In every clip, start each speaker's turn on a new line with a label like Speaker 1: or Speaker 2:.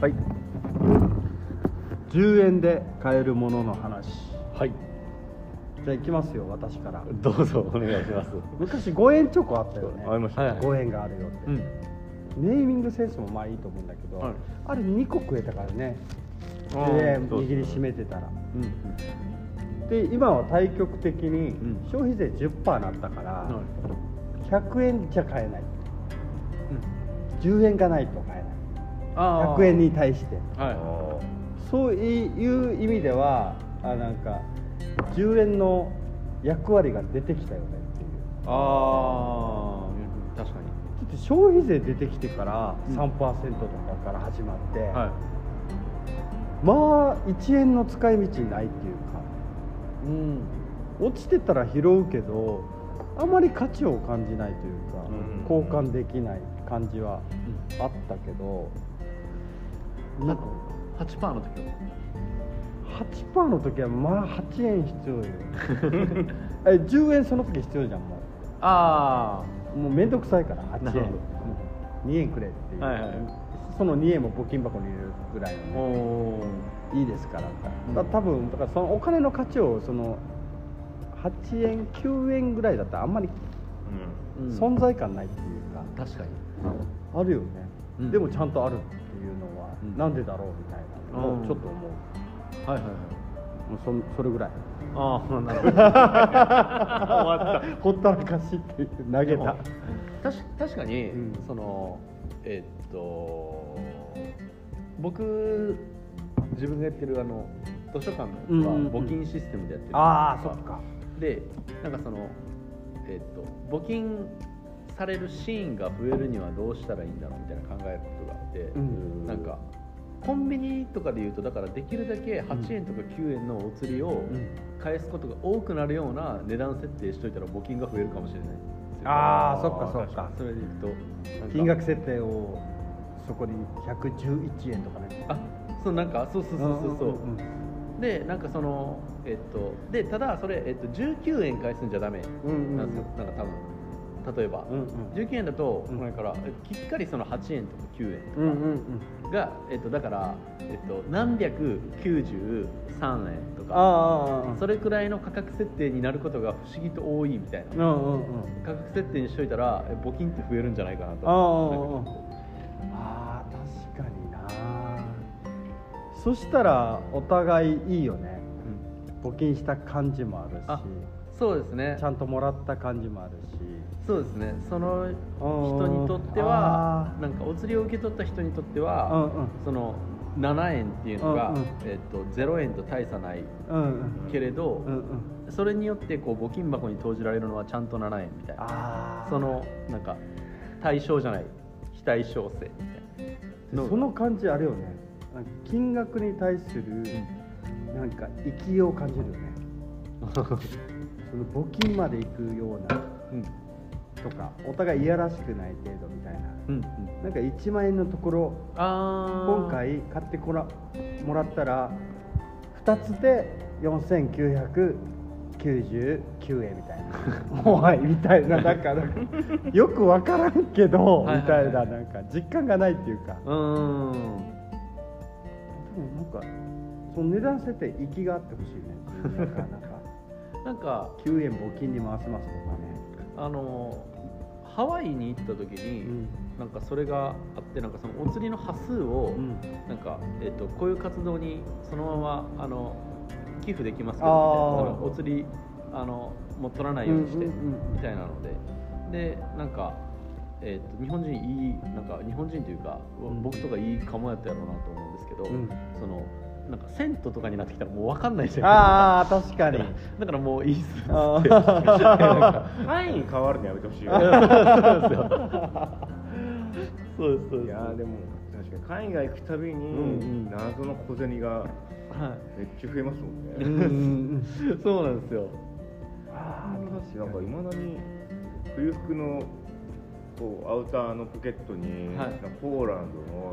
Speaker 1: はい
Speaker 2: 10円で買えるものの話
Speaker 1: はい
Speaker 2: じゃあいきますよ私から
Speaker 1: どうぞお願いします
Speaker 2: 昔5円チョコあったよね
Speaker 1: ありましたね
Speaker 2: はい5円があるよって、
Speaker 1: うん
Speaker 2: ネーミングセンスもまあいいと思うんだけど、
Speaker 1: はい
Speaker 2: あれ2個食えたからね
Speaker 1: あ
Speaker 2: で
Speaker 1: ーそうそう
Speaker 2: 握りしめてたら
Speaker 1: うん
Speaker 2: で今は対局的に
Speaker 1: うん
Speaker 2: 消費税10%なったから、100円じゃ買えない10円がないと買えない
Speaker 1: あー
Speaker 2: 100円に対して
Speaker 1: は
Speaker 2: そういう意味ではあなんか10円の役割が出てきたよねっていう
Speaker 1: いああ確かに
Speaker 2: だって消費税出てきてから
Speaker 1: うん
Speaker 2: 3%とかから始まって、
Speaker 1: は
Speaker 2: まあ1円の使い道ないっていうか
Speaker 1: いうん
Speaker 2: 落ちてたら拾うけどあまり価値を感じないというか、
Speaker 1: うん
Speaker 2: 交換できない感じはあったけど、なんか
Speaker 1: 8パーの時は
Speaker 2: 8%の時はまあ8円必 要よえ10円その時必要じゃんも
Speaker 1: あ
Speaker 2: うもう面倒くさいから
Speaker 1: な
Speaker 2: 8
Speaker 1: る
Speaker 2: 円
Speaker 1: ほど
Speaker 2: 2円くれっていう、
Speaker 1: はいはい
Speaker 2: その2円も募金箱に入れるぐらいの
Speaker 1: あ
Speaker 2: ね
Speaker 1: おお
Speaker 2: いいですからみたい
Speaker 1: うん
Speaker 2: な、だ多分だからそのお金の価値をその8円9円ぐらいだったらあんまり存在感ないっていうか、
Speaker 1: 確かに
Speaker 2: あるよね、
Speaker 1: うん
Speaker 2: でもちゃんとあるっていうのは、
Speaker 1: うん
Speaker 2: なんでだろうみたいなの
Speaker 1: う
Speaker 2: を
Speaker 1: ん
Speaker 2: ちょっと思う、
Speaker 1: はいはいはい
Speaker 2: もうそそれぐらい
Speaker 1: ああなる ほど終わった
Speaker 2: ほったらかしっていう投げ
Speaker 1: で
Speaker 2: た
Speaker 1: も確確かに、
Speaker 2: うん
Speaker 1: そのえっと僕自分がやってるあの図書館のやつは
Speaker 2: うんうんうん
Speaker 1: 募金システムでやってる、
Speaker 2: ああそっか
Speaker 1: でなんかそのえっと募金されるシーンが増えるにはどうしたらいいんだろうみたいな考えることがあって、
Speaker 2: うん
Speaker 1: なんかコンビニとかでいうとだからできるだけ8円とか9円のお釣りを
Speaker 2: ん
Speaker 1: 返すことが多くなるような値段設定しといたら募金が増えるかもしれない
Speaker 2: あーそっかそっか
Speaker 1: それでいくとなんか
Speaker 2: 金額設定をそこに111円とかね
Speaker 1: あそうなんかそうそうそうそうそう,、
Speaker 2: んんん
Speaker 1: でなんかそのえっとでただそれ、えっと、19円返すんじゃダメ
Speaker 2: うんうん
Speaker 1: なんですよ、なんか多分例えば、
Speaker 2: うんうん
Speaker 1: 19円だと
Speaker 2: うん
Speaker 1: これから、えきっかりその8円とか9円とか
Speaker 2: うんうん
Speaker 1: が、えっと、だから、えっと、何百93円と
Speaker 2: あ
Speaker 1: か
Speaker 2: あああ
Speaker 1: それくらいの価格設定になることが不思議と多いみたい
Speaker 2: うん
Speaker 1: な
Speaker 2: うんうん
Speaker 1: 価格設定にしといたらえ募金って増えるんじゃないかなと
Speaker 2: あ
Speaker 1: な
Speaker 2: あ
Speaker 1: んか
Speaker 2: ああ確かになそしたらお互いいいよね
Speaker 1: うん
Speaker 2: 募金した感じもある
Speaker 1: あ
Speaker 2: し
Speaker 1: そうですね
Speaker 2: ちゃんともらった感じもあるし
Speaker 1: そうですねその人にとって
Speaker 2: あ
Speaker 1: は
Speaker 2: ー
Speaker 1: なんかお釣りを受け取った人にとって
Speaker 2: う
Speaker 1: は、
Speaker 2: んうん
Speaker 1: その7円っていうのが、
Speaker 2: うんうん
Speaker 1: えっと0円と大差ない
Speaker 2: うんうん
Speaker 1: けれど、
Speaker 2: うんうん
Speaker 1: それによってこう募金箱に投じられるのはちゃんと7円みたいな
Speaker 2: ああ
Speaker 1: そのなんか対象じゃない非対称性みたい
Speaker 2: でその感じあれよねなんか金額に対するなんか意気を感じるよ ね
Speaker 1: な、
Speaker 2: その募金まで行くような
Speaker 1: うん
Speaker 2: とかお互いいやらしくない程度みたいな
Speaker 1: うんうん、
Speaker 2: なんか1万円のところ
Speaker 1: あー
Speaker 2: 今回買ってこらもらったら2つで4999円みたいな おいみたいななんかなんかよく分からんけど
Speaker 1: はい
Speaker 2: み
Speaker 1: は
Speaker 2: た
Speaker 1: いはい
Speaker 2: いななんか実感がないっていうか
Speaker 1: うーん
Speaker 2: でもなんかその値段設定行きがあってほしいねなんかなんか
Speaker 1: なんか
Speaker 2: 9円募金に回せますとかね
Speaker 1: あのハワイに行った時に、
Speaker 2: うん
Speaker 1: なんかそれがあってなんかそのお釣りの端数を、
Speaker 2: うん
Speaker 1: なんか、えっとこういう活動にそのままあの寄付できますけどみたいな
Speaker 2: あー
Speaker 1: そのお釣りあのもう取らないようにして、
Speaker 2: うんうんうん
Speaker 1: みたいなのででなんか、えっと日本人いいなんか日本人というか、
Speaker 2: うん
Speaker 1: 僕とかいいかもやったやろうなと思うんですけど、
Speaker 2: うん
Speaker 1: そのなんか銭湯とかになってきたらもう分かんないじゃない
Speaker 2: ああ確かに
Speaker 1: だから だからもういいっすっつって
Speaker 2: あー
Speaker 3: 単位変わるのやめてほしいよ
Speaker 1: そうですそうです
Speaker 3: いやーでも確かに海外行くたび
Speaker 1: うん
Speaker 3: に謎の小銭が
Speaker 1: は
Speaker 3: めっちゃ増えますもん
Speaker 2: うん
Speaker 3: ね
Speaker 2: うんうん
Speaker 1: い、そうなんですよ
Speaker 3: あーなんかいまだに冬服のこうアウターのポケットに、
Speaker 1: はい
Speaker 3: ポーラン ドの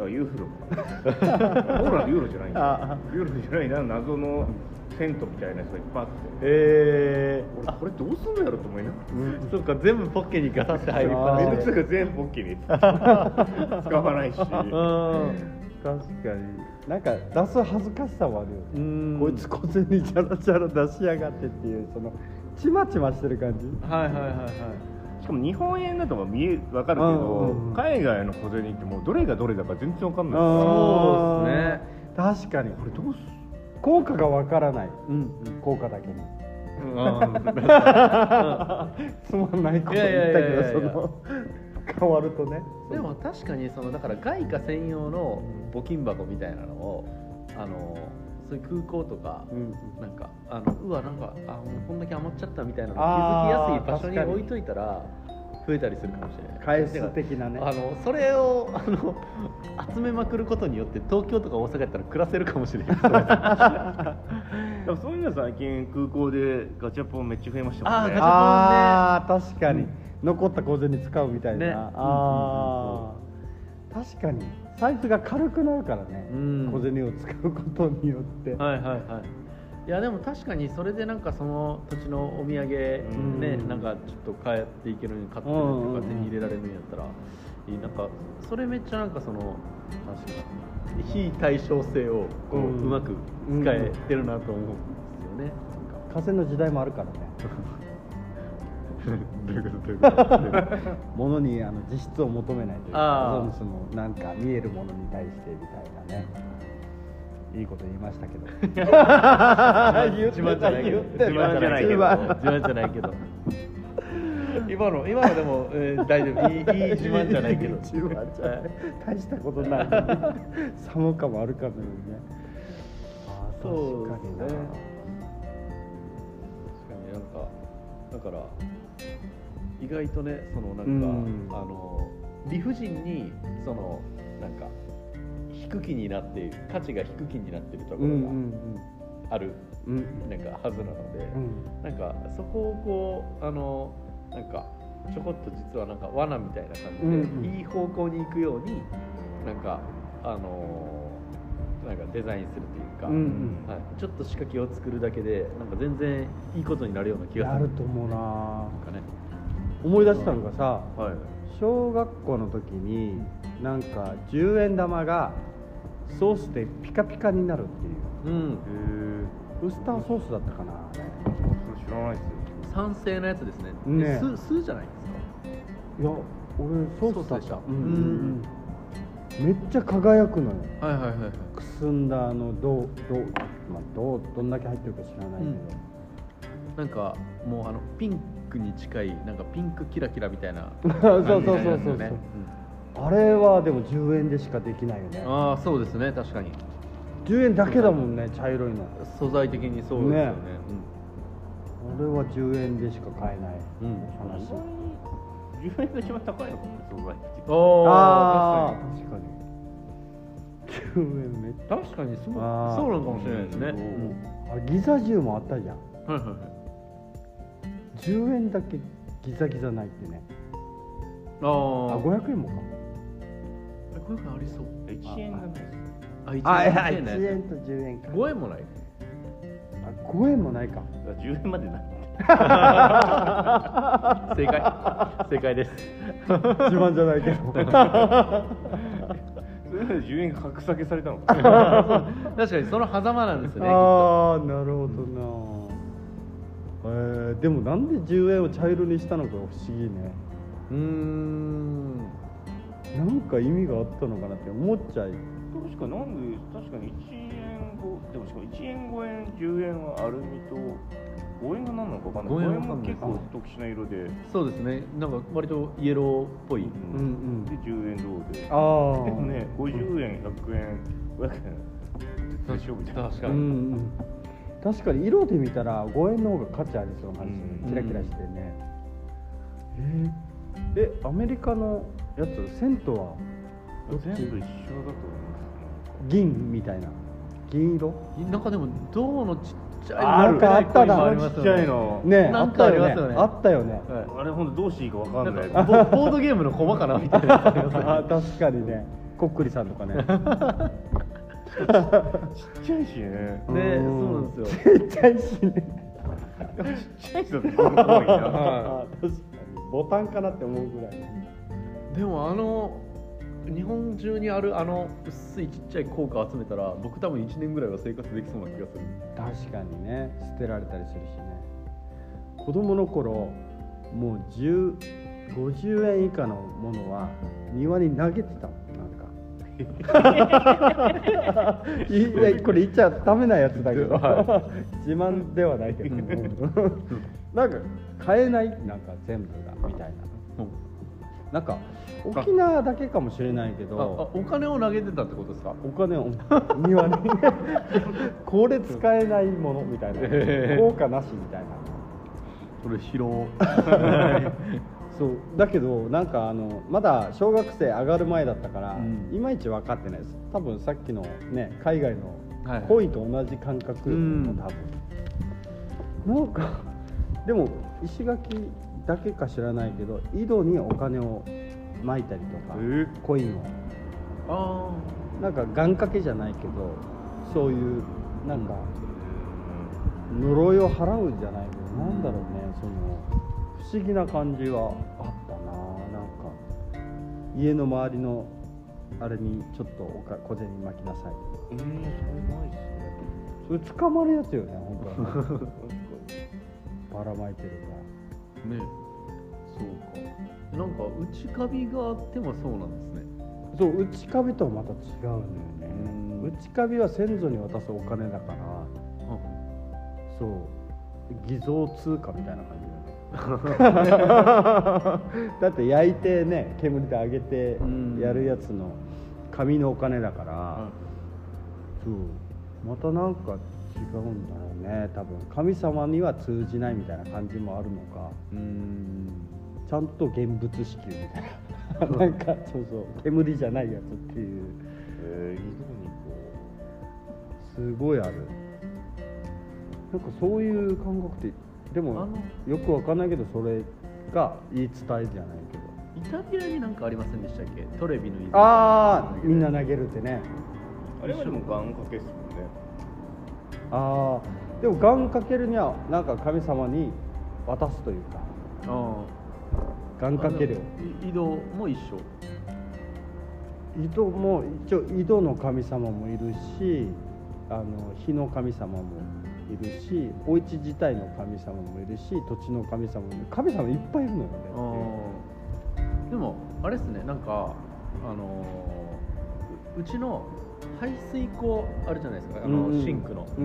Speaker 3: あユーロかポーランドユーロじゃないんだ
Speaker 2: あ
Speaker 3: ユーロじゃないな謎のセントみたいなやつがいっぱいあって
Speaker 1: ええ
Speaker 3: 俺これどうすんのやろと思いなが
Speaker 1: そっか全部ポッケにガタって入りっぱ
Speaker 2: あー
Speaker 1: なし
Speaker 3: らめんどくさいから全部ポッ ケに使わないし
Speaker 1: うん
Speaker 2: 確かになんか出す恥ずかしさはあるよね
Speaker 1: うん
Speaker 2: こいつ小銭じゃらじゃら出しやがってっていうそのちまちましてる感じ
Speaker 1: はいはいはいはい
Speaker 3: しかも日本円だとまあ見えわかるけ
Speaker 2: うん
Speaker 3: ど
Speaker 2: うんうん
Speaker 3: 海外の小銭ってもうどれがどれだか全然わかんないから
Speaker 1: そうですね
Speaker 2: あー確かに
Speaker 3: これどうす
Speaker 2: 効果がわからない
Speaker 1: うん
Speaker 2: 効果だけに
Speaker 3: うん
Speaker 2: つまんないこと言った
Speaker 1: い
Speaker 2: け
Speaker 1: やいやいやいや
Speaker 2: どその変わるとね
Speaker 1: でも確かにそのだから外貨専用の募金箱みたいなのをあのそういう空港とか、
Speaker 2: うん
Speaker 1: なんかあのうわなんかあもうこんだけ余っちゃったみたいなの気
Speaker 2: あ
Speaker 1: づ
Speaker 2: ー
Speaker 1: きやすい場所に
Speaker 2: 確かに
Speaker 1: 置いといたら増えたりするかもしれない
Speaker 2: 返す的なね
Speaker 1: あのそれをあの集めまくることによって東京とか大阪やったら暮らせるかもしれない
Speaker 3: でもそういうの最近空港でガチャポンめっちゃ増えましたもん
Speaker 1: ガ
Speaker 3: ね
Speaker 1: チャポンね
Speaker 2: あー確かに、残った小銭使うみたいな、
Speaker 1: ね
Speaker 2: あー、確かに財布が軽くなるからね、
Speaker 1: うん
Speaker 2: 小銭を使うことによって、
Speaker 1: はいはいはいいやでも確かにそれでなんかその土地のお土産ね、
Speaker 3: うん
Speaker 1: なんかちょっと買っていけるように買ってる
Speaker 2: う
Speaker 1: と
Speaker 2: んうんう
Speaker 1: か
Speaker 2: ん
Speaker 1: 手に入れられるんやったらいいなんかそれめっちゃなんかその
Speaker 2: 確か
Speaker 1: 非対称性をこう,、う
Speaker 2: うん
Speaker 1: まく使えてるなと思うんですよね、
Speaker 2: に風の時代もある からね
Speaker 3: どういうことどういうこと
Speaker 2: 物にあの実質を求めないという
Speaker 1: あ
Speaker 2: か
Speaker 1: ー
Speaker 2: そのそのなんか見えるものに対してみたいなねいいこと言いましたけど言って
Speaker 1: 自慢じゃないけど
Speaker 2: 言ってた
Speaker 3: 自慢じゃないけど
Speaker 1: 自慢じゃないけど 今の今のでも、えー大丈夫いいい い自慢じゃないけど
Speaker 2: 自慢じゃない
Speaker 1: はい
Speaker 2: 大したことないのに寒かもあるかのようにねあー
Speaker 1: そう
Speaker 2: 確かに
Speaker 1: で
Speaker 2: な
Speaker 1: すね確かになんかだから意外とねそのなんか、
Speaker 2: うん
Speaker 1: あの理不尽にそのなんか低きになっている価値が低きになっているとこ
Speaker 2: うんう
Speaker 1: ろ
Speaker 2: ん
Speaker 1: がある、
Speaker 2: うんうん
Speaker 1: なんかはずなので、
Speaker 2: うん
Speaker 1: なんかそこをこうあのなんかちょこっと実はなんか罠みたいな感じで、
Speaker 2: うんうん
Speaker 1: いい方向に行くようになんかあのなんかデザインするというか、
Speaker 2: うんうん
Speaker 1: はい、ちょっと仕掛けを作るだけでなんか全然いいことになるような気が
Speaker 2: や
Speaker 1: する
Speaker 2: ると思うな
Speaker 1: なんかね
Speaker 2: 思い出したのがさ
Speaker 3: はい
Speaker 2: 小学校の時になんか10円玉がソースでピカピカになるっていう
Speaker 1: うん
Speaker 3: へー
Speaker 2: ウスターソースだったかなあれ
Speaker 3: それ知らないっすよ
Speaker 1: 酸性のやつですね
Speaker 2: ね
Speaker 1: え酢酢じゃないですか
Speaker 2: いや俺ソースだ
Speaker 1: ソ
Speaker 2: っ
Speaker 1: ースでしたた
Speaker 2: うんうんうんめっちゃ輝くのよ
Speaker 1: はいはいはいはい
Speaker 2: くすんだあのどうどうまあどうどんだけ入ってるか知らないけど、
Speaker 1: なんかもうあのピンクに近いなんかピンクキラキラみたいな
Speaker 2: そうそうそうそうそう
Speaker 1: 感じになりますよね
Speaker 2: あれはでも10円でしかできないよね
Speaker 1: うんああそうですね確かに
Speaker 2: 10円だけだもんね茶色いの
Speaker 1: 素材的にそうですよね
Speaker 2: ね俺は10円でしか買えない
Speaker 1: うん、うん
Speaker 2: 話
Speaker 3: 10円が一番高いのかもね素材って
Speaker 1: お
Speaker 2: あ
Speaker 1: あ
Speaker 2: ー確かに10円めっち
Speaker 1: 確かに確かにそうそう
Speaker 2: あー
Speaker 1: なのかもしれないですね、うん
Speaker 2: ゃあれギザ10もあったじゃん
Speaker 1: はいはいはい
Speaker 2: 10円だけギザギザないってね
Speaker 1: あ
Speaker 2: あ
Speaker 1: ー
Speaker 2: 500円もか
Speaker 1: こういうのありそう
Speaker 3: 1円がないです
Speaker 1: あ一
Speaker 2: あいや
Speaker 1: 円だけね
Speaker 2: 1円と10円か
Speaker 1: 5円もない
Speaker 2: あ5円もない か
Speaker 3: だから10円までない
Speaker 1: 正解正解です
Speaker 2: 自慢じゃないけど
Speaker 3: それなら10円が格下げされたのか
Speaker 1: 確かにその狭間なんですよね
Speaker 2: ああなるほどな、えーでもなんで10円を茶色にしたのか不思議ね
Speaker 1: うーん
Speaker 2: なんか意味があったのかなって思っちゃい
Speaker 3: 確かなんで確かに1円5でもしかも1円5円10円はアルミと5円が何なのか分かんない
Speaker 1: 5
Speaker 3: 5
Speaker 1: 円
Speaker 3: 円
Speaker 1: わか
Speaker 3: も
Speaker 1: んない
Speaker 3: 結構特殊な色で、
Speaker 1: そうですねなんか割とイエローっぽい、
Speaker 2: うんうん
Speaker 3: で10円どうで
Speaker 2: あ
Speaker 3: で
Speaker 2: あ
Speaker 3: もね50円100円500円絶対勝負じゃん
Speaker 1: 確か
Speaker 2: う
Speaker 1: に、
Speaker 2: んうん確かに色で見たら5円の方が価値ありそうな感じする、
Speaker 3: うん
Speaker 2: キラキラしてねえーえアメリカのやつ銭湯はどっち
Speaker 3: 全部一緒だと思います
Speaker 2: 銀みたいな銀色
Speaker 1: なんかでも銅のちっちゃい
Speaker 2: あ
Speaker 1: 丸っこ
Speaker 2: なん
Speaker 1: い
Speaker 2: かあったな
Speaker 1: の
Speaker 2: あ
Speaker 1: あ
Speaker 2: り
Speaker 1: り
Speaker 3: ね
Speaker 1: ます
Speaker 3: ち
Speaker 1: よ
Speaker 3: っ
Speaker 1: ね
Speaker 3: ちゃいの、
Speaker 2: ねえあ
Speaker 1: なん
Speaker 2: っ
Speaker 1: か
Speaker 2: た
Speaker 1: あり
Speaker 2: よ
Speaker 1: ます
Speaker 2: ね
Speaker 1: よね
Speaker 2: あったよね
Speaker 1: はい
Speaker 3: あれほんとどうしていいか分か
Speaker 1: なん
Speaker 3: んない
Speaker 1: かボボードゲームの駒かなみたいなやつありますよね
Speaker 2: あ確かにねこっくりさんとかね
Speaker 3: ちっちゃいしね
Speaker 2: うん
Speaker 1: ねそうなんですよ
Speaker 2: ちっちゃいしね
Speaker 3: ちっちゃい人って多いな
Speaker 1: は
Speaker 2: 確かにボタンかなって思うぐらい
Speaker 1: でもあの日本中にあるあの薄いちっちゃい硬貨集めたら僕多分1年ぐらいは生活できそうな気がする
Speaker 2: 確かにね捨てられたりするしね子供の頃もう10 50円以下のものは庭に投げてたもんなん かいやこれ言っちゃダメなやつだけど、
Speaker 1: は
Speaker 2: 自慢ではないけどなんか買えないなんか全部がみたいな
Speaker 1: うん
Speaker 2: なんか沖縄だけかもしれないけ
Speaker 1: ああ
Speaker 2: ど
Speaker 1: お金を投げてたってことですか
Speaker 2: お金を庭 にこれ使えないものみたいな
Speaker 1: へえ
Speaker 2: 効果なしみたいな
Speaker 1: それ拾おう
Speaker 2: そうだけどなんかあのまだ小学生上がる前だったから、
Speaker 1: うん
Speaker 2: いまいち分かってないです多分さっきのね海外の
Speaker 1: はい
Speaker 2: 恋と同じ感覚
Speaker 1: う
Speaker 2: も
Speaker 1: ん
Speaker 2: 多分、なんかでも石垣だけか知らないけど井戸にお金をまいたりとか、
Speaker 3: え
Speaker 2: コインを
Speaker 1: あ
Speaker 2: なんか願掛けじゃないけどそういうなんか呪いを払うんじゃないけど、なんだろうねその不思議な感じはあったななんか家の周りのあれにちょっとおか小銭巻きなさい
Speaker 3: うんそれないっすね
Speaker 2: それ捕まるやつよね本
Speaker 3: 確かに
Speaker 2: 当ばらまいてる
Speaker 1: あねそうかなんか内カビがあってもそうなんですね
Speaker 2: からそう内壁とはまた違うんだよ
Speaker 1: う
Speaker 2: ね
Speaker 1: ん
Speaker 2: 内壁は先祖に渡すお金だからそう偽造通貨みたいな感じだよね だって焼いてね煙で揚げて
Speaker 1: うん
Speaker 2: やるやつの紙のお金だから、
Speaker 1: あ
Speaker 2: そうまたなんか違うんだろうね多分神様には通じないみたいな感じもあるのか
Speaker 1: うん
Speaker 2: ちゃんと現物支給みたいな なんかそうそう煙じゃないやつっていう
Speaker 3: えー、井戸にこう
Speaker 2: すごいあるなんかそういう感覚ってで
Speaker 1: あ
Speaker 2: も
Speaker 1: の
Speaker 2: よくわかんないけどそれが言い伝えじゃないけど
Speaker 1: イタリアになんかありませんでしたっけトレビの泉
Speaker 2: ああみんな投げるってね
Speaker 3: あれはでも願掛けっすもんね
Speaker 2: ああでも願掛けるにはなんか神様に渡すというか
Speaker 1: あ
Speaker 2: 願掛ける
Speaker 1: あのい移動も一緒
Speaker 2: 井戸も一応井戸の神様もいるしあの火の神様もいるしお家自体の神様もいるし土地の神様もいる神様いっぱいいるのよね
Speaker 1: あーでもあれですねなんかあのーううちの排水口あるじゃないですかあの、
Speaker 2: うんうん
Speaker 1: シンクの、
Speaker 2: うん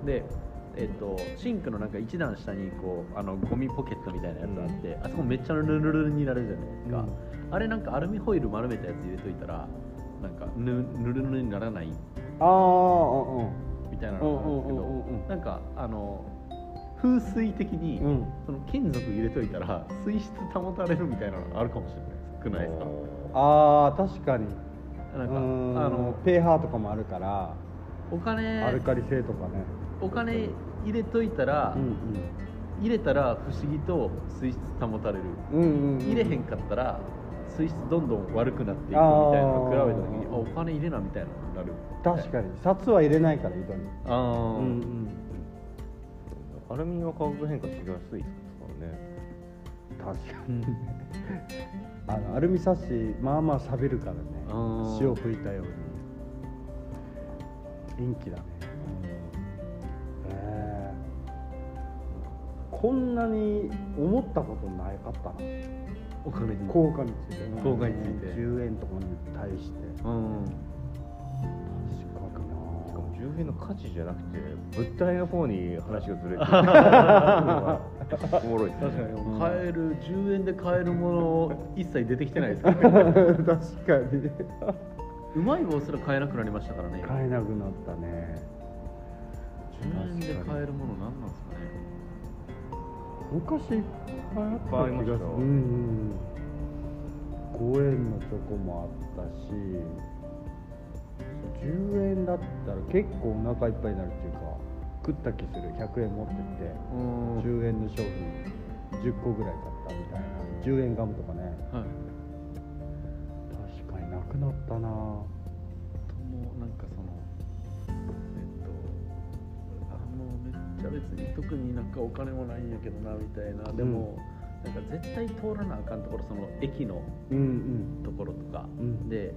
Speaker 2: うん
Speaker 1: でえっと、シンクのなんか一段下にこうあのゴミポケットみたいなやつあって、あそこめっちゃぬるぬるになるじゃないですか、あれなんかアルミホイル丸めたやつ入れといたらなんかぬぬるぬるにならない
Speaker 2: ああうんうん
Speaker 1: みたいなのがあるんですけど、
Speaker 2: うんうんうんうんうん
Speaker 1: なんかあの風水的に、
Speaker 2: うん
Speaker 1: その金属入れといたら水質保たれるみたいなのがあるかもしれない少ないですか
Speaker 2: あー確かに
Speaker 1: なんか
Speaker 2: う
Speaker 1: あ
Speaker 2: ーん
Speaker 1: の
Speaker 2: ペーハーとかもあるから
Speaker 1: お
Speaker 2: アル
Speaker 1: 金
Speaker 2: カリ性とかね
Speaker 1: お金入れといたら、入れたら不思議と水質保たれる、
Speaker 2: うんうんうん
Speaker 1: 入れへんかったら水質どんどん悪くなっていくみたいなのを比べた時に
Speaker 2: あ
Speaker 1: あ
Speaker 2: ー
Speaker 1: お金入れなみたいなのになる
Speaker 2: 確かに札は入れないから井戸に
Speaker 1: あー、
Speaker 3: アルミは化学変化しやすいですからね
Speaker 2: 確かにあのアルミサッシまあまあ錆びるからね
Speaker 1: あー
Speaker 2: 塩吹いたように元気だねへーこんなに思ったことなかったな
Speaker 1: お金に
Speaker 2: 効果についてね
Speaker 1: 効果について
Speaker 2: 10円とかに対して
Speaker 1: うん
Speaker 2: 確かに
Speaker 3: し
Speaker 2: な
Speaker 3: かも10円の価値じゃなくて物体の方に話がずれてる おもろいですね
Speaker 1: 確かに
Speaker 2: うん
Speaker 1: 買える10円で買えるもの一切出てきてないですから ね
Speaker 2: 確かに
Speaker 1: うまい棒すら買えなくなりましたからね今
Speaker 2: 買えなくなったね
Speaker 1: 10円で買えるもの何なんですかね
Speaker 2: 昔いっぱいあった
Speaker 3: いっぱいありま
Speaker 2: 気
Speaker 3: し
Speaker 2: が
Speaker 3: たよ
Speaker 2: するうんうん5円のチョコもあったし10円だったら結構お腹いっぱいになるっていうか食った気する100円持ってって
Speaker 1: うん
Speaker 2: 10円の商品10個ぐらい買ったみたいな10円ガムとかね
Speaker 1: はい
Speaker 2: 確かになくなったな
Speaker 1: ともなんかその特になんかお金もないんやけどなみたいなでも、なんか絶対通らなあかんところその駅の
Speaker 2: うん
Speaker 1: ところとか、
Speaker 2: うん
Speaker 1: で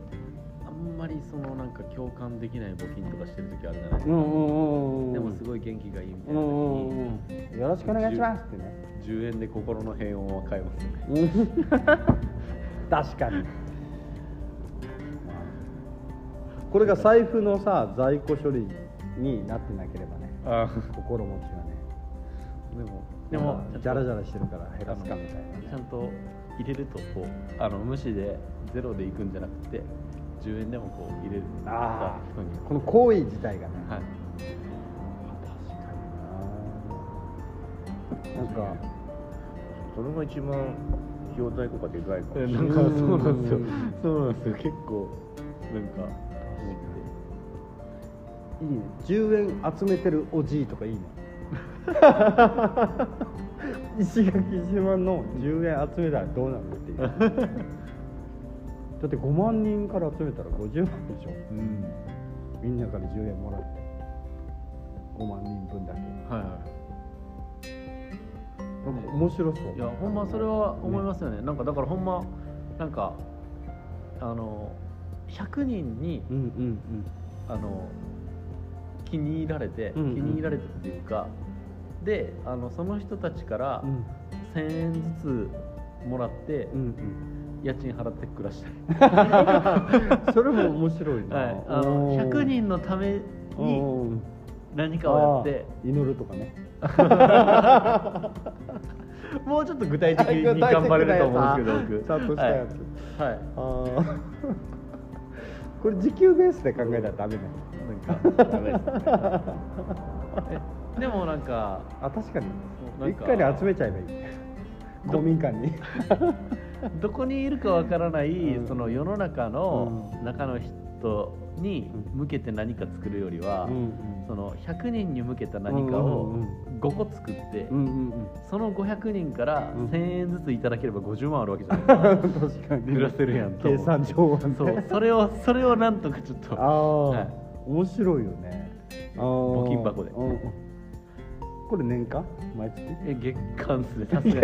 Speaker 1: あんまりそのなんか共感できない募金とかしてる時あるじゃないです
Speaker 2: うん
Speaker 1: か、
Speaker 2: うんうん
Speaker 1: でもすごい元気がいいみた
Speaker 2: う
Speaker 1: い
Speaker 2: ん
Speaker 1: な時に、
Speaker 2: うんうんよろしくお願いしますってね
Speaker 1: 10円で心の平穏は買えますよね
Speaker 2: うん確かにこれが財布のさ在庫処理になってなければね
Speaker 1: あ
Speaker 2: 心持ちはね
Speaker 1: でもでも
Speaker 2: ジャラジャラしてるから減らすかみたいな
Speaker 1: ちゃんと入れるとこうあの無視でゼロでいくんじゃなくて10円でもこう入れる
Speaker 2: あ
Speaker 1: 人に
Speaker 2: あこの行為自体がね、
Speaker 1: はい
Speaker 2: 確かにななんか
Speaker 3: それが一番費用対効果でかいかもし
Speaker 1: え
Speaker 3: れない
Speaker 1: なんかそうなんですよ
Speaker 2: うん
Speaker 1: そうなんですよ結構なんか思って
Speaker 2: いいね10円集めてるおじいとかいいね石垣島の10円集めたらどうなるっていうだって5万人から集めたら50万でしょ
Speaker 1: うん
Speaker 2: みんなから10円もらって5万人分だけ
Speaker 1: はいはい
Speaker 2: なんか面白そう
Speaker 1: いやほんまそれは思いますよねなんかだからほんまなんかあの100人に
Speaker 2: うんうん
Speaker 1: あの気に入られて、
Speaker 2: うんうん
Speaker 1: 気に入られてっていうかであのその人たちから
Speaker 2: うん
Speaker 1: 1000円ずつもらって、
Speaker 2: うんう ん
Speaker 1: 家賃払って暮らしたい、
Speaker 2: うんそれも面白いな、
Speaker 1: はい、あの
Speaker 2: おー
Speaker 1: 100人のために
Speaker 2: おー
Speaker 1: 何かをやって
Speaker 2: あー祈るとかね
Speaker 1: もうちょっと具体的に頑張れると思うんですけど僕
Speaker 2: ちゃんとしたやつ、
Speaker 1: はい、はい
Speaker 2: ああ これ時給ベースで考えたらダメだよ
Speaker 1: なんかダメですねえでもなんか
Speaker 2: あ確かに
Speaker 1: うなん
Speaker 2: 一
Speaker 1: か
Speaker 2: 回に集めちゃえばいい公民館に
Speaker 1: どこにいるかわからない、
Speaker 2: うん
Speaker 1: その世の中の
Speaker 2: うん
Speaker 1: 中の人に向けて何か作るよりは、その100人に向けた何か
Speaker 2: う
Speaker 1: を
Speaker 2: んうん
Speaker 1: 5個作って、
Speaker 2: うんうんうん
Speaker 1: その500人から
Speaker 2: うん
Speaker 1: 1000円ずついただければ50万あるわけじゃないですか
Speaker 2: 確かに
Speaker 1: 暮らせるやんと
Speaker 2: 計算上はね
Speaker 1: そうそれをそれをなんとかちょっ
Speaker 2: あ
Speaker 1: と
Speaker 2: あ、
Speaker 1: はい
Speaker 2: 面白いよねああ募
Speaker 1: 金箱で
Speaker 2: これ年間毎月
Speaker 1: え月間っすねさすが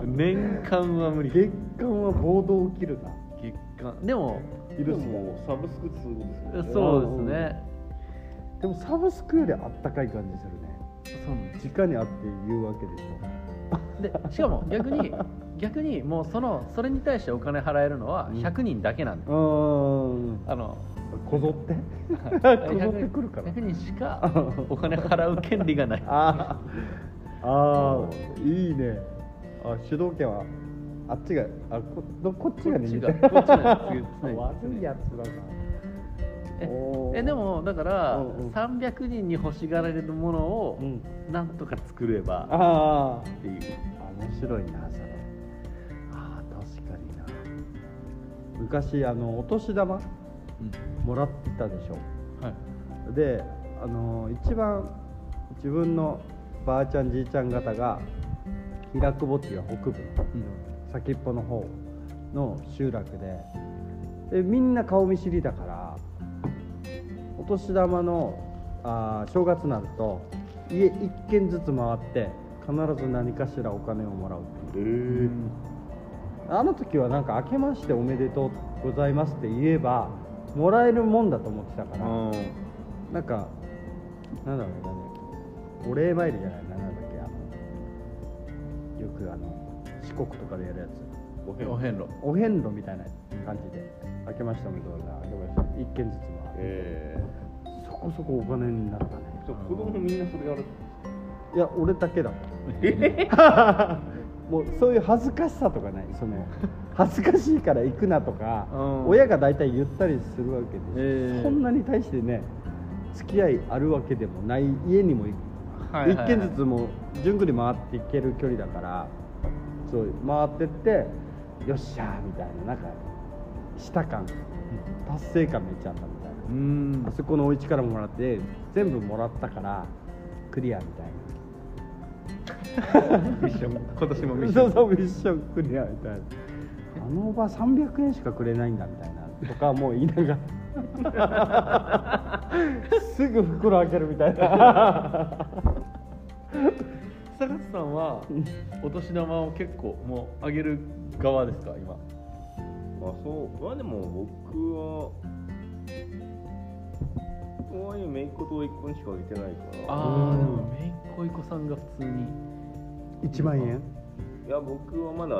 Speaker 2: 月
Speaker 1: に年間は無理
Speaker 2: 月間は暴動起きるな
Speaker 1: 月間でも
Speaker 2: いるっすか
Speaker 3: もうサブスクってそういうことですよね
Speaker 1: そうですね
Speaker 2: でもサブスクよりあったかい感じするね
Speaker 1: そうなんです
Speaker 2: 直に会って言うわけでしょ
Speaker 1: でしかも逆に逆にもうそのそれに対してお金払えるのは100人だけなんです、
Speaker 2: うん
Speaker 1: あの
Speaker 2: こぞって
Speaker 1: はい
Speaker 2: こぞってくるから
Speaker 1: 100人しかお金払う権利が ない
Speaker 2: あーあーいいねあ主導権はあっちがあこどこっちがね
Speaker 1: こっち
Speaker 2: み
Speaker 1: が
Speaker 2: たいな
Speaker 1: こっちが ね次
Speaker 2: 悪いやつだな
Speaker 1: え
Speaker 2: おー
Speaker 1: えでもだから
Speaker 2: うんうん
Speaker 1: 300人に欲しがられるものを
Speaker 2: うん
Speaker 1: なんとか作れば
Speaker 2: あ
Speaker 1: っていう、
Speaker 2: あ面白いなそれああ確かにな昔あのお年玉もらってたでしょ
Speaker 1: はい、
Speaker 2: であの一番自分のばあちゃんじいちゃん方が平久保っていう北部の先っぽの方の集落ででみんな顔見知りだからお年玉のあー正月になると家一軒ずつ回って必ず何かしらお金をもらうっていう
Speaker 3: えー
Speaker 2: あの時はなんか「明けましておめでとうございます」って言えばもらえるもんだと思ってたから。なんか、なんだろうなね、お礼参りじゃない、なんだっけ、あの、よくあの、四国とかでやるやつ、
Speaker 3: お
Speaker 1: お遍路
Speaker 2: お遍路みたいな感じで、明けましておめでとうございます、明けまして、一軒ずつも、
Speaker 3: え
Speaker 2: そこそこお金になったね。
Speaker 3: ーそう子供みんなそれやる
Speaker 2: いや、俺だけだった。 もうそういう恥ずかしさとかないそ の恥ずかしいから行くなとか、
Speaker 1: うん
Speaker 2: 親が大体言ったりするわけで、
Speaker 1: ええ
Speaker 2: そんなに対してね付き合いあるわけでもない家にも行く、
Speaker 1: はいはいはい
Speaker 2: 一軒ずつもう順繰り回っていける距離だからそう回ってってよっしゃーみたいななんかした感達成感めっちゃあったみたいな
Speaker 1: うーん
Speaker 2: あそこのお家からもらって全部もらったからクリアみたいな。
Speaker 1: ミ ッション今年もミッショ
Speaker 2: そ
Speaker 1: ン
Speaker 2: うそうミッションクリアみたいなあのおば300円しかくれないんだみたいなとかもう言いながら すぐ袋開けるみたいな
Speaker 1: 久勝さんはお年玉を結構もうあげる側ですか今
Speaker 3: あそうまあでも僕はとはいえ姪っ子と甥っ子にしかあげてないから
Speaker 1: あ
Speaker 2: う
Speaker 1: あ
Speaker 2: ん
Speaker 1: でもめいっ子いこさんが普通に
Speaker 2: 1万円
Speaker 3: いや僕はまだ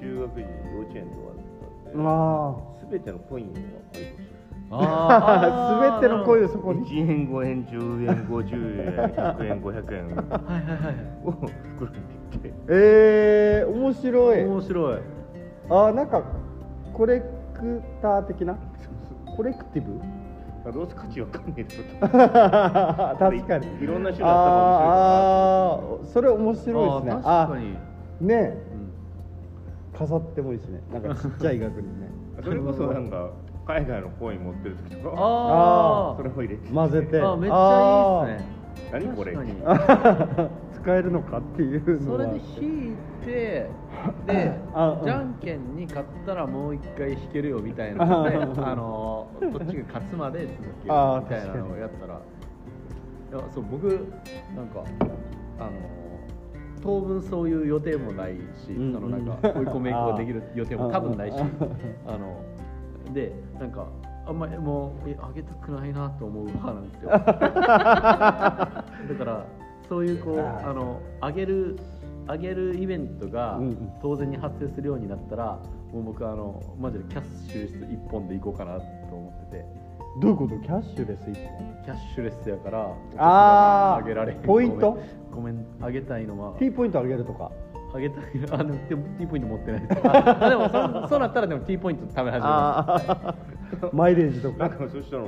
Speaker 3: 修学時幼稚園とかだったんで
Speaker 2: あ
Speaker 3: 全てのコインをあげまし
Speaker 2: あ
Speaker 1: あー
Speaker 2: 全ての声をそこに
Speaker 3: 1円5円10円50円100円500円
Speaker 1: はいはいはい
Speaker 3: を袋に入れて
Speaker 2: えー、面白い
Speaker 1: 面白い
Speaker 2: あーなんかコレクター的なコレクティ ブ
Speaker 3: あどうせ価値わかんねえだろう
Speaker 2: 確かに
Speaker 3: いいろんな種類あっ
Speaker 2: あーあーそれ面白いですね
Speaker 1: あー確かに
Speaker 2: あねえ
Speaker 1: うん
Speaker 2: 飾ってもいいしねなんかちっちゃい額に ね
Speaker 3: たから面白いかなそれこそなんか海外のコイン持ってる時とか
Speaker 1: あ
Speaker 2: あ
Speaker 1: ー
Speaker 3: それを入れて
Speaker 2: 混ぜて
Speaker 1: あめっちゃいいですね
Speaker 3: 何これ
Speaker 1: 確かに
Speaker 2: 使えるのかっていうの
Speaker 1: そ
Speaker 2: は
Speaker 1: れで引いてで
Speaker 2: あうん
Speaker 1: じゃんけんに勝ったらもう一回引けるよみたいなので
Speaker 2: あ うん
Speaker 1: あのーこっちが勝つまで続ける
Speaker 2: あー
Speaker 1: みたいなのをやったらいやそう僕なんかあのー当分そういう予定もないし、
Speaker 2: うん
Speaker 1: そのなんか
Speaker 2: うん
Speaker 1: 追い込め以降できる予定も多分ない し
Speaker 2: あ
Speaker 1: あのでなんかあんまりもうえあげたくないなと思う派なん ですよだからそういうこう
Speaker 2: あー
Speaker 1: あの上げる上げるイベントが
Speaker 2: うんうん
Speaker 1: 当然に発生するようになったら、もう僕はあのマジでキャッシュレス一本でいこうかなと思ってて
Speaker 2: どういうことキャッシュレス一本
Speaker 1: キャッシュレスやから
Speaker 2: あー
Speaker 1: 上げられへん
Speaker 2: ポイント
Speaker 1: ごめんごめん上げたいのは
Speaker 2: T ポイントあげるとか
Speaker 1: 上げたいあでもでも T ポイント持ってないですああでもそそうなったらでも T ポイント食べ始めます
Speaker 2: ああ マイレージと
Speaker 3: なん
Speaker 2: か
Speaker 3: かそしたら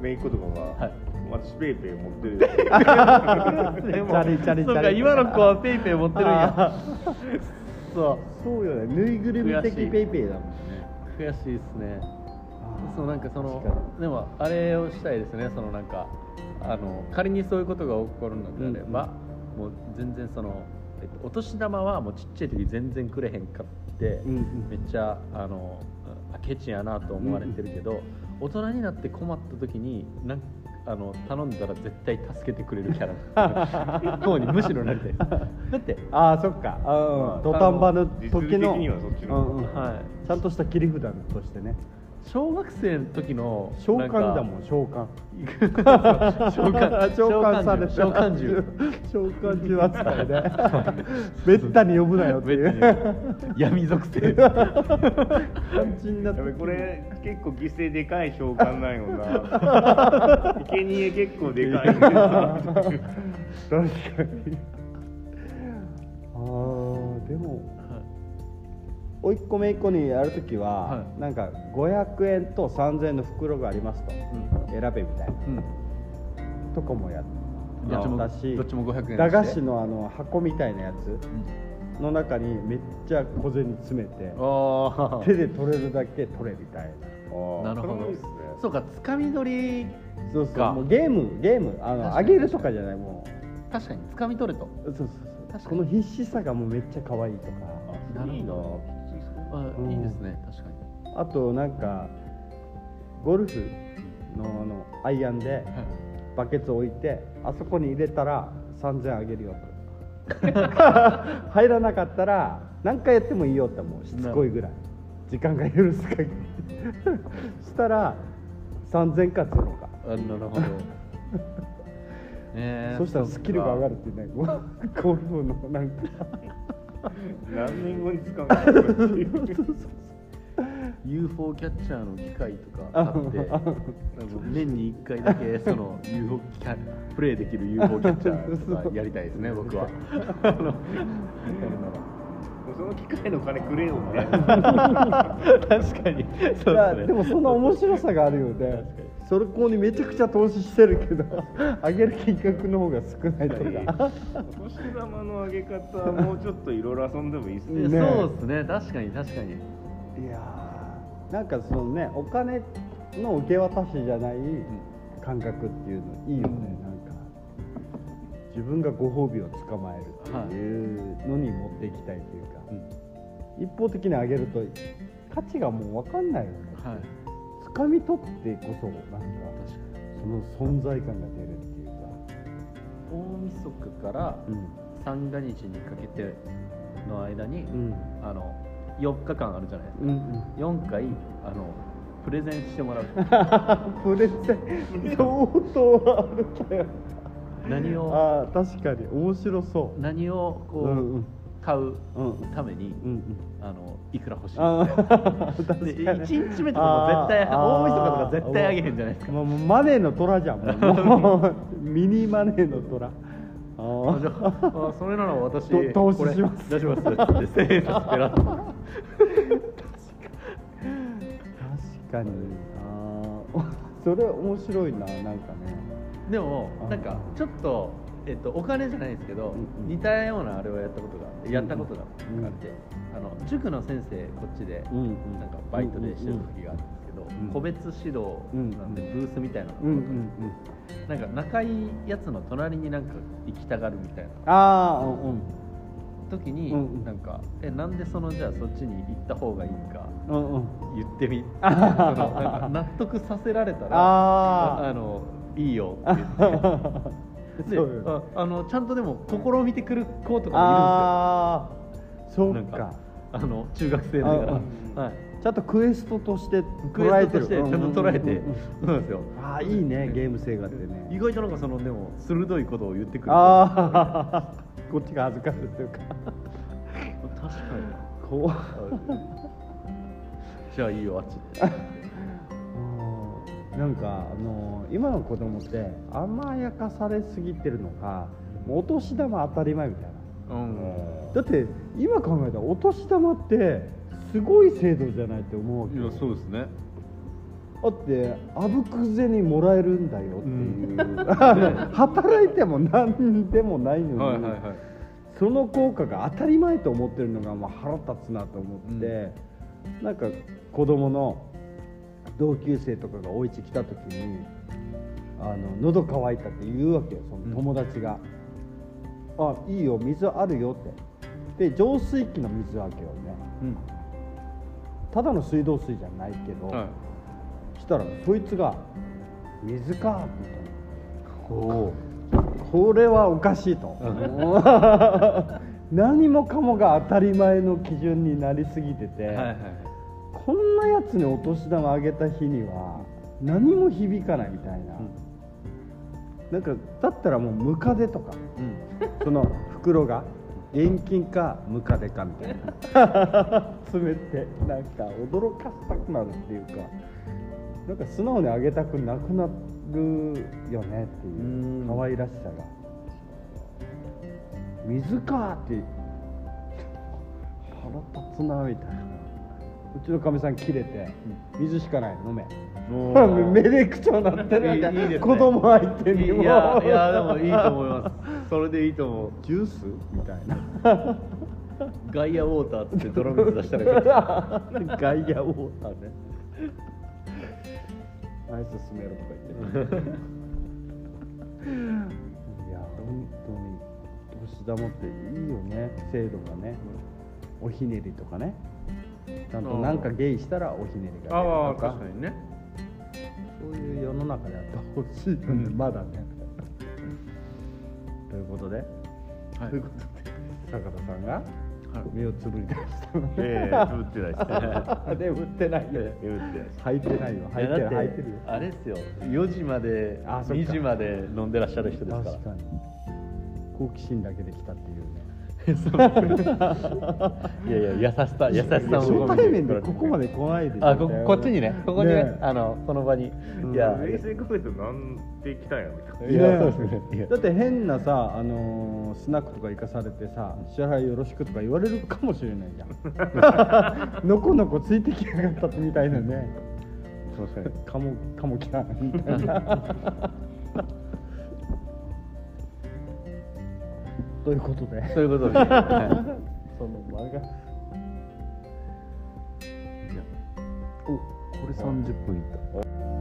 Speaker 3: めいっ子とかが、
Speaker 1: はい
Speaker 3: 私ペイペイ持ってるよ
Speaker 1: でも
Speaker 2: チャリチャリチャリ
Speaker 1: そうか今の子はペイペイ持ってるんやそう
Speaker 2: そうよねぬいぐるみ的ペイペイだもんね
Speaker 1: 悔しいですね
Speaker 2: あー
Speaker 1: そうなんかその
Speaker 2: 確かに
Speaker 1: でもあれをしたいですねそのなんかあの仮にそういうことが起こるのであれば、もう全然その、えっと、お年玉はもうちっちゃい時全然くれへんかって、
Speaker 2: うんうん
Speaker 1: めっちゃあのあケチやなと思われてるけど、大人になって困った時になんあの頼んだら絶対助けてくれるキャ ラの方にむしろなりたいですだって
Speaker 2: ああそっかうん土壇場の時の
Speaker 3: 実利的にはそっちの方
Speaker 2: うんうん
Speaker 1: は
Speaker 2: ちゃんとした切り札としてね
Speaker 1: 小学生の時の
Speaker 2: 召喚だ
Speaker 1: ん
Speaker 2: もん召喚
Speaker 1: か召喚
Speaker 2: 召喚された
Speaker 1: 召喚獣
Speaker 2: 召喚獣扱い でめったに呼ぶなよっていう
Speaker 1: 闇属 性
Speaker 2: 感じになっ
Speaker 3: やべ
Speaker 2: て
Speaker 3: これ結構犠牲でかい召喚なんよ な生贄結構でかいよな
Speaker 2: 確かにあーでも甥っ子姪っ子にやるときは、
Speaker 1: は
Speaker 2: なんか500円と3000円の袋がありますと選べみたいなとかもやっ
Speaker 1: うん
Speaker 2: や
Speaker 1: どっちも
Speaker 2: ったし
Speaker 1: どっちも500円
Speaker 2: 駄菓子のあの箱みたいなやつの中にめっちゃ小銭詰めて
Speaker 1: ああ
Speaker 2: 手で取れるだけ取れみたいな
Speaker 1: なるほど
Speaker 3: それもいいっすね
Speaker 1: そうかつかみ取り
Speaker 2: そうそう
Speaker 1: か
Speaker 2: もうゲームゲームあ
Speaker 1: 確
Speaker 2: の
Speaker 1: か
Speaker 2: あ
Speaker 1: に
Speaker 2: げるとかじゃないも
Speaker 1: 確かにつかみ取れと
Speaker 2: うそうそう
Speaker 1: 確
Speaker 2: そう
Speaker 1: か
Speaker 2: こ
Speaker 1: に
Speaker 2: の必死さがもうめっちゃ可愛いとか
Speaker 3: あいいな
Speaker 1: あ
Speaker 2: うん
Speaker 1: いいですね確かに
Speaker 2: あとなんかゴルフのあのアイアンでバケツ置いてあそこに入れたら3000あげるよ と入らなかったら何回やってもいいよってもうしつこいぐらい時間が許す限りしたら3000かゼロか
Speaker 1: あなるほ どえー
Speaker 2: そしたらスキルが上がるっていうねゴゴルフのなんか
Speaker 3: 何年後に使うんだろうっていう
Speaker 1: UFO キャッチャーの機械とか買ってなんか年に1回 だけその UFO キャプレイできる UFO キャッチャーとかやりたいですね僕はあの
Speaker 3: その機械の金くれよみた い
Speaker 1: 確かに
Speaker 2: いやで
Speaker 1: も
Speaker 2: もその面白さがあるよねそれここにめちゃくちゃ投資してるけど 上げる金額の方が少ないとか
Speaker 3: お年玉のあげ方もうちょっといろいろ遊んでもいいっす
Speaker 2: ね
Speaker 3: ね
Speaker 1: そうですね確かに確かに
Speaker 2: いやーなんかそのねお金の受け渡しじゃない感覚っていうのいいよね、
Speaker 1: う
Speaker 2: な
Speaker 1: ん
Speaker 2: んか自分がご褒美を捕まえるっていうのに持っていきたいというか、一方的にあげると価値がもう分かんないよね
Speaker 1: はい
Speaker 2: 掴み取ってこそなんか
Speaker 1: 確かに
Speaker 2: その存在感が出るっていうか
Speaker 1: 大晦日から
Speaker 2: うん
Speaker 1: 三が日にかけての間に、
Speaker 2: うん
Speaker 1: あの4日間あるじゃないですか
Speaker 2: うん
Speaker 1: 4回あのプレゼンし てもらう
Speaker 2: プレゼン相当あるだよ
Speaker 1: 何を
Speaker 2: ああ確かに面白そう
Speaker 1: 何をこう、
Speaker 2: うんうん
Speaker 1: 買う
Speaker 2: うんうん
Speaker 1: ために、
Speaker 2: うん
Speaker 1: あのいくら欲しい
Speaker 2: あ
Speaker 1: みたいな
Speaker 2: ー確か
Speaker 1: で
Speaker 2: に
Speaker 1: 1日目とかも絶対
Speaker 2: あー
Speaker 1: 大晦日とか絶対あげへんじゃないですか
Speaker 2: もうもうマネーの虎じゃんもうもうミニマネーの虎あ
Speaker 1: あじゃ
Speaker 2: ー
Speaker 1: ああそれなら私
Speaker 2: ど投資します
Speaker 1: これ出 しますって1000円ずつペラッと
Speaker 2: 確かにあーそれ面白いななんかね
Speaker 1: でも
Speaker 2: あー
Speaker 1: なんかちょっと、えっと、お金じゃないですけど、
Speaker 2: うんうん
Speaker 1: 似たようなあれをやったことがあってやったことがあって、
Speaker 2: うんうん
Speaker 1: あの塾の先生こっちで、
Speaker 2: うんうん
Speaker 1: なんかバイトでしてる時があるんですけど、
Speaker 2: ん
Speaker 1: 個別指導なんで
Speaker 2: うん
Speaker 1: ブースみたいなのが
Speaker 2: うんうん
Speaker 1: あって
Speaker 2: うん
Speaker 1: なんか仲いいやつの隣になんか行きたがるみたいな
Speaker 2: ああうんうん
Speaker 1: 時に、
Speaker 2: うんうん
Speaker 1: なんか「えなんでそのじゃあそっちに行った方がいいんか
Speaker 2: うんうん
Speaker 1: 言っ てみ」そのなんか納得させられたら
Speaker 2: あー
Speaker 1: あのいいよ」って言って。 で
Speaker 2: そうよ
Speaker 1: ああのちゃんとでも心を見てくる子とかも
Speaker 2: ああ
Speaker 1: い
Speaker 2: そ
Speaker 1: る
Speaker 2: うん
Speaker 1: ですよ
Speaker 2: か
Speaker 1: なんかあの中学生だから
Speaker 2: あ、
Speaker 3: あ
Speaker 1: はい、
Speaker 2: ちゃんとクエストとして
Speaker 1: ク
Speaker 2: 捉
Speaker 1: エ
Speaker 2: え
Speaker 1: ス
Speaker 2: て
Speaker 1: トと
Speaker 2: る
Speaker 1: してちゃんと捉えて
Speaker 2: うんうんうん
Speaker 1: そうなんですよ
Speaker 2: うんああいいねゲーム性があってね
Speaker 1: 意外となんかそのでも鋭いことを言ってくる
Speaker 2: ああ こっちが恥ずかしいというか
Speaker 1: 確かに
Speaker 2: こう
Speaker 1: じゃあいいよあっちで
Speaker 2: あーなんかあのー今の子供って甘やかされすぎてるのかもうお年玉当たり前みたいな
Speaker 1: うん
Speaker 2: だって今考えたらお年玉ってすごい制度じゃないって思うわけ
Speaker 1: いやそうですね
Speaker 2: だってあぶくぜにもらえるんだよっていう、あの働いても何でもないのに、
Speaker 1: はいはいはい
Speaker 2: その効果が当たり前と思ってるのがまあ腹立つなと思って、なんか子供の同級生とかがお家来た時にあの喉乾いたって言うわけよその友達が「あいいよ水あるよ」ってで浄水器の水わけよね
Speaker 1: うん
Speaker 2: ただの水道水じゃないけど、
Speaker 1: はい
Speaker 2: したらそいつが「水か」みたいなこうこれはおかしい と何もかもが当たり前の基準になりすぎてて、
Speaker 1: はいはい
Speaker 2: こんなやつにお年玉あげた日には何も響かないみたいな、なんかだったらもうムカデとか
Speaker 1: うん
Speaker 2: その袋が現金かムカデかみたいな 詰めてなんか驚かせたくなるっていうかなんか素直にあげたくなくなるよねっていう
Speaker 1: うん
Speaker 2: 可愛らしさが水かって腹立つなみたいなうちのかみさん切れて水しかない飲め
Speaker 1: お ー
Speaker 2: めでくちゃなってるみたい
Speaker 1: いいいい
Speaker 2: な
Speaker 1: ですね
Speaker 2: 子供相手
Speaker 1: い
Speaker 2: にも
Speaker 1: やいやでもいいと思い ますそれでいいと思う
Speaker 2: ジュース みたいな
Speaker 1: ガイアウォーターっつって泥水出したらいいから
Speaker 2: ガイアウォーターねアイス進めろとか言っていや本当にお年玉っていいよね制度がねおひねりとかねちゃんとなんかゲイしたらおひねりが
Speaker 1: あ
Speaker 2: 出
Speaker 1: あ
Speaker 2: るとか
Speaker 1: 確かにね
Speaker 2: そういう世の中であってほしいよね、まだね ということで
Speaker 1: はい
Speaker 2: 坂田さんが
Speaker 1: はい
Speaker 2: 目をつぶり出した
Speaker 3: ええ打ってないですね。
Speaker 2: で売ってないよ
Speaker 3: ええ打ってないです。
Speaker 2: 履いてないよ
Speaker 1: い
Speaker 2: 履いて
Speaker 1: やだ
Speaker 2: る
Speaker 1: って
Speaker 2: 履いてるよ
Speaker 1: あれですよ4時まで
Speaker 2: あそっか
Speaker 1: 2時まで飲んでらっしゃる人ですから
Speaker 2: 確 かに好奇心だけで来たっていうね
Speaker 1: いやいや優しさ優しさも
Speaker 2: 初対面でここまで来ないでしょ
Speaker 1: あここっちにねここにね
Speaker 2: ね
Speaker 1: あのこの場に、
Speaker 2: ん
Speaker 1: いや
Speaker 3: 冷静に考えるとなんで来たんやみたいな。
Speaker 1: いやそうですねいや
Speaker 2: だって変なさ、あのースナックとか行かされてさ支払いよろしくとか言われるかもしれないじゃん のこのこついてきやがったってみたいなね
Speaker 3: すみません。
Speaker 2: かもかもきらんみたいな ということで
Speaker 1: そういうことで、は
Speaker 2: その間が
Speaker 1: い、これ30分いった